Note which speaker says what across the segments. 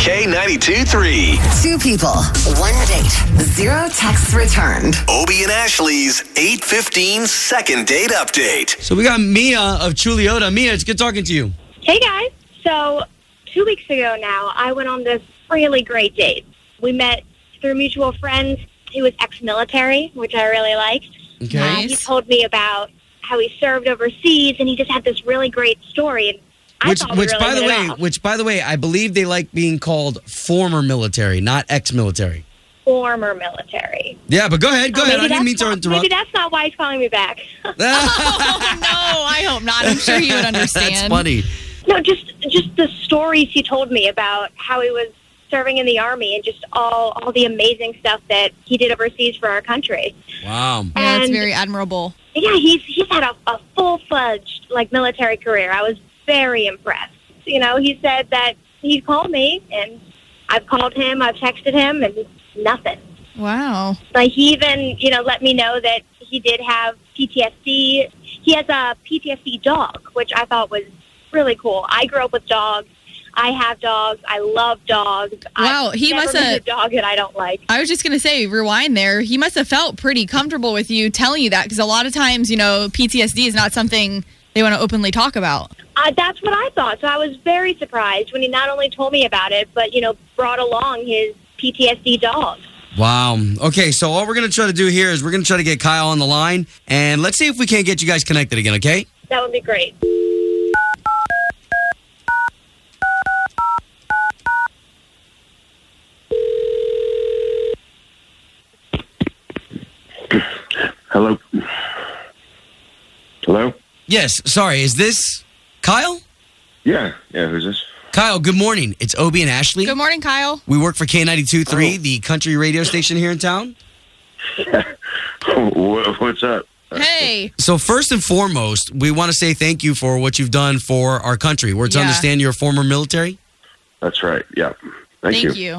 Speaker 1: K92 3.
Speaker 2: Two people, one date, zero texts returned.
Speaker 1: Obie and Ashley's 815 second date update.
Speaker 3: So we got Mia of Chuliota. Mia, it's good talking to you.
Speaker 4: Hey guys. So, two weeks ago now, I went on this really great date. We met through mutual friends. He was ex military, which I really liked.
Speaker 3: Okay.
Speaker 4: Uh, he told me about how he served overseas and he just had this really great story. And I
Speaker 3: Which,
Speaker 4: thought we
Speaker 3: which
Speaker 4: really
Speaker 3: by the
Speaker 4: hit it
Speaker 3: way,
Speaker 4: off.
Speaker 3: which by the way, I believe they like being called former military, not ex-military.
Speaker 4: former military.
Speaker 3: Yeah, but go ahead, go
Speaker 4: Oh,
Speaker 3: ahead.
Speaker 4: maybe
Speaker 3: I didn't
Speaker 4: that's
Speaker 3: mean to
Speaker 4: not- Maybe
Speaker 3: interrupt.
Speaker 4: that's not why he's calling me back.
Speaker 5: Oh no, I hope not. I'm sure you would understand.
Speaker 3: That's funny.
Speaker 4: no, just just the stories he told me about how he was serving in the army and just all all the amazing stuff that he did overseas for our country.
Speaker 3: Wow.
Speaker 5: Yeah, that's
Speaker 4: And-
Speaker 5: very admirable.
Speaker 4: Yeah, he's he's had a, a full fledged like military career. I was very impressed. You know, he said that he'd call me, and I've called him, I've texted him, and nothing.
Speaker 5: Wow.
Speaker 4: Like he even you know let me know that he did have PTSD. He has a PTSD dog, which I thought was really cool. I grew up with dogs. I have dogs. I love dogs.
Speaker 5: Wow,
Speaker 4: I've
Speaker 5: he
Speaker 4: never
Speaker 5: must
Speaker 4: met
Speaker 5: have-
Speaker 4: a dog that I don't like.
Speaker 5: I was just going to say, rewind there. He must have felt pretty comfortable with you telling you that because a lot of times, you know, PTSD is not something they want to openly talk about.
Speaker 4: Uh, that's what I thought. So I was very surprised when he not only told me about it, but you know, brought along his PTSD dog.
Speaker 3: Wow. Okay, so all we're gonna try to do here is we're gonna try to get Kyle on the line, and let's see if we can't get you guys connected again. Okay.
Speaker 4: That would be great.
Speaker 6: Hello. Hello.
Speaker 3: Yes. Sorry. Is this Kyle?
Speaker 6: Yeah. Yeah. Who's this?
Speaker 3: Kyle. Good morning. It's Obie and Ashley.
Speaker 5: Good morning, Kyle.
Speaker 3: We work for K92.3,
Speaker 6: Oh.
Speaker 3: the country radio station here in town.
Speaker 6: Wha- What's up?
Speaker 5: Hey.
Speaker 3: So, first and foremost, we want to say thank you for what you've done for our country. We're to
Speaker 5: Yeah.
Speaker 3: understand you're a former military.
Speaker 6: That's right. Yeah. Thank,
Speaker 5: Thank
Speaker 6: you.
Speaker 5: you.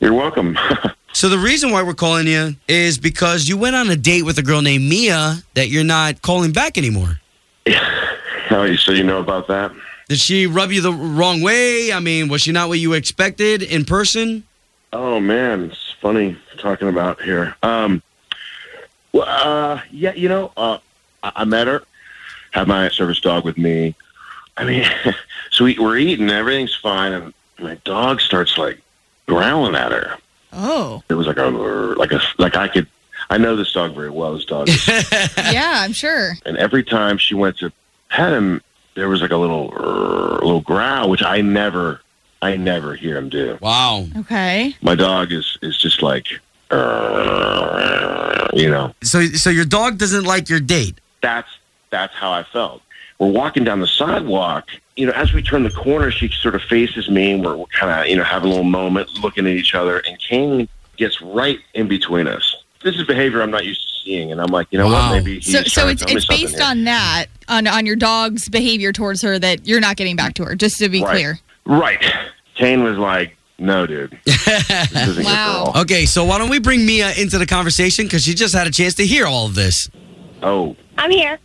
Speaker 6: You're welcome.
Speaker 3: So, the reason why we're calling you is because you went on a date with a girl named Mia that you're not calling back anymore.
Speaker 6: How you? So you know about that?
Speaker 3: Did she rub you the wrong way? I mean, was she not what you expected in person?
Speaker 6: Oh man, it's funny talking about here. Um. Well, uh, yeah. You know, uh, I-, I met her. Had my service dog with me. I mean, so we, we're eating. Everything's fine, and my dog starts like growling at her.
Speaker 5: Oh,
Speaker 6: It was like a like a like I could. I know this dog very well. This dog is
Speaker 5: yeah, I'm sure.
Speaker 6: and every time she went to pet him, there was like a little "Rrr," little growl, which I never, I never hear him do.
Speaker 3: Wow.
Speaker 5: Okay.
Speaker 6: My dog is is just like, "Rrr," you know,
Speaker 3: So, so your dog doesn't like your date.
Speaker 6: that's that's how I felt. We're walking down the sidewalk, you know, as we turn the corner, she sort of faces me, and we're kind of you know having a little moment, looking at each other, and King gets right in between us. This is behavior I'm not used to seeing, and I'm like, you know
Speaker 3: Wow.
Speaker 6: what? Maybe he's
Speaker 5: So, so
Speaker 6: trying
Speaker 5: it's
Speaker 6: to tell me
Speaker 5: it's
Speaker 6: something
Speaker 5: based
Speaker 6: here.
Speaker 5: on that, on on your dog's behavior towards her that you're not getting back to her. Just to be
Speaker 6: Right.
Speaker 5: clear.
Speaker 6: right. Kane was like, "No, dude, this isn't
Speaker 5: Wow.
Speaker 6: your girl."
Speaker 3: Okay, so why don't we bring Mia into the conversation because she just had a chance to hear all of this.
Speaker 6: Oh.
Speaker 4: I'm here.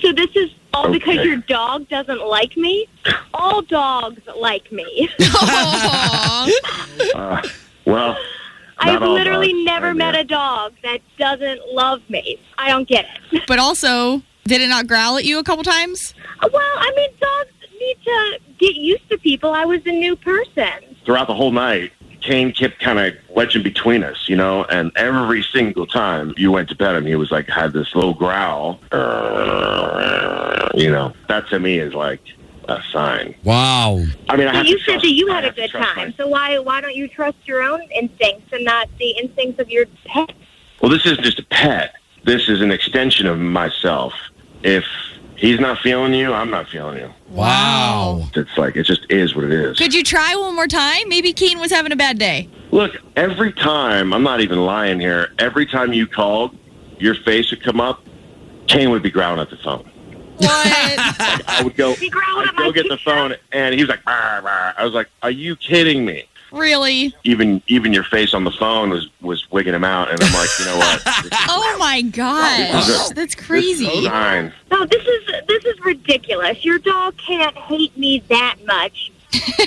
Speaker 4: So this is all because
Speaker 6: Okay.
Speaker 4: your dog doesn't like me. All dogs like me.
Speaker 5: Aw.
Speaker 6: Uh, well,
Speaker 4: I've
Speaker 6: Not all
Speaker 4: literally
Speaker 6: dogs,
Speaker 4: never
Speaker 6: I
Speaker 4: met
Speaker 6: know.
Speaker 4: a dog that doesn't love me. I don't get it.
Speaker 5: but also, did it not growl at you a couple times?
Speaker 4: Well, I mean, dogs need to get used to people. I was a new person.
Speaker 6: throughout the whole night, Kane kept kind of wedging between us, you know, and every single time you went to bed him, he was like, had this little growl. "Arr," You know, that to me is like a sign.
Speaker 3: Wow.
Speaker 6: I mean, I
Speaker 4: But
Speaker 6: have
Speaker 4: you
Speaker 6: to
Speaker 4: said
Speaker 6: trust-
Speaker 4: that you
Speaker 6: I
Speaker 4: had a
Speaker 6: have to
Speaker 4: good
Speaker 6: trust my-
Speaker 4: time. So why why don't you trust your own instincts and not the instincts of your pet?
Speaker 6: well, this isn't just a pet. This is an extension of myself. If he's not feeling you, I'm not feeling you.
Speaker 3: Wow.
Speaker 6: It's like it just is what it is.
Speaker 5: Could you try one more time? Maybe Keaton was having a bad day.
Speaker 6: Look, every time, I'm not even lying here, every time you called, your face would come up, Kane would be growling at the phone.
Speaker 5: What?
Speaker 6: I would go,
Speaker 4: Be growling
Speaker 6: I'd
Speaker 4: at my
Speaker 6: go get the
Speaker 4: teacher.
Speaker 6: phone, and he was like, "Rah, rah." I was like, are you kidding me?
Speaker 5: really?
Speaker 6: Even even your face on the phone was, was wigging him out, and I'm like, you know what? This is-
Speaker 5: Oh my gosh. That's
Speaker 6: this is
Speaker 5: crazy.
Speaker 6: fine.
Speaker 4: No, this is this is ridiculous. Your dog can't hate me that much.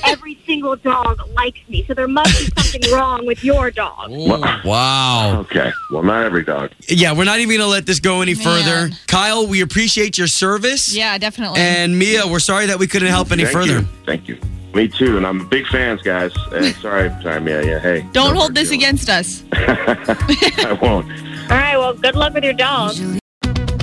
Speaker 4: Every single dog likes me, so there must be something wrong with your dog.
Speaker 3: Wow.
Speaker 6: Okay. Well, not every dog.
Speaker 3: Yeah, we're not even going to let this go any
Speaker 5: Man.
Speaker 3: further. Kyle, we appreciate your service.
Speaker 5: Yeah, definitely.
Speaker 3: And Mia, we're sorry that we couldn't help any
Speaker 6: Thank
Speaker 3: further.
Speaker 6: You. Thank you. Me too, and I'm big fans, guys. And sorry, time. Yeah, yeah. Hey,
Speaker 5: Don't
Speaker 6: no
Speaker 5: hold
Speaker 6: big
Speaker 5: this
Speaker 6: deal.
Speaker 5: against us.
Speaker 6: I won't.
Speaker 4: All right, well, good luck with your dog.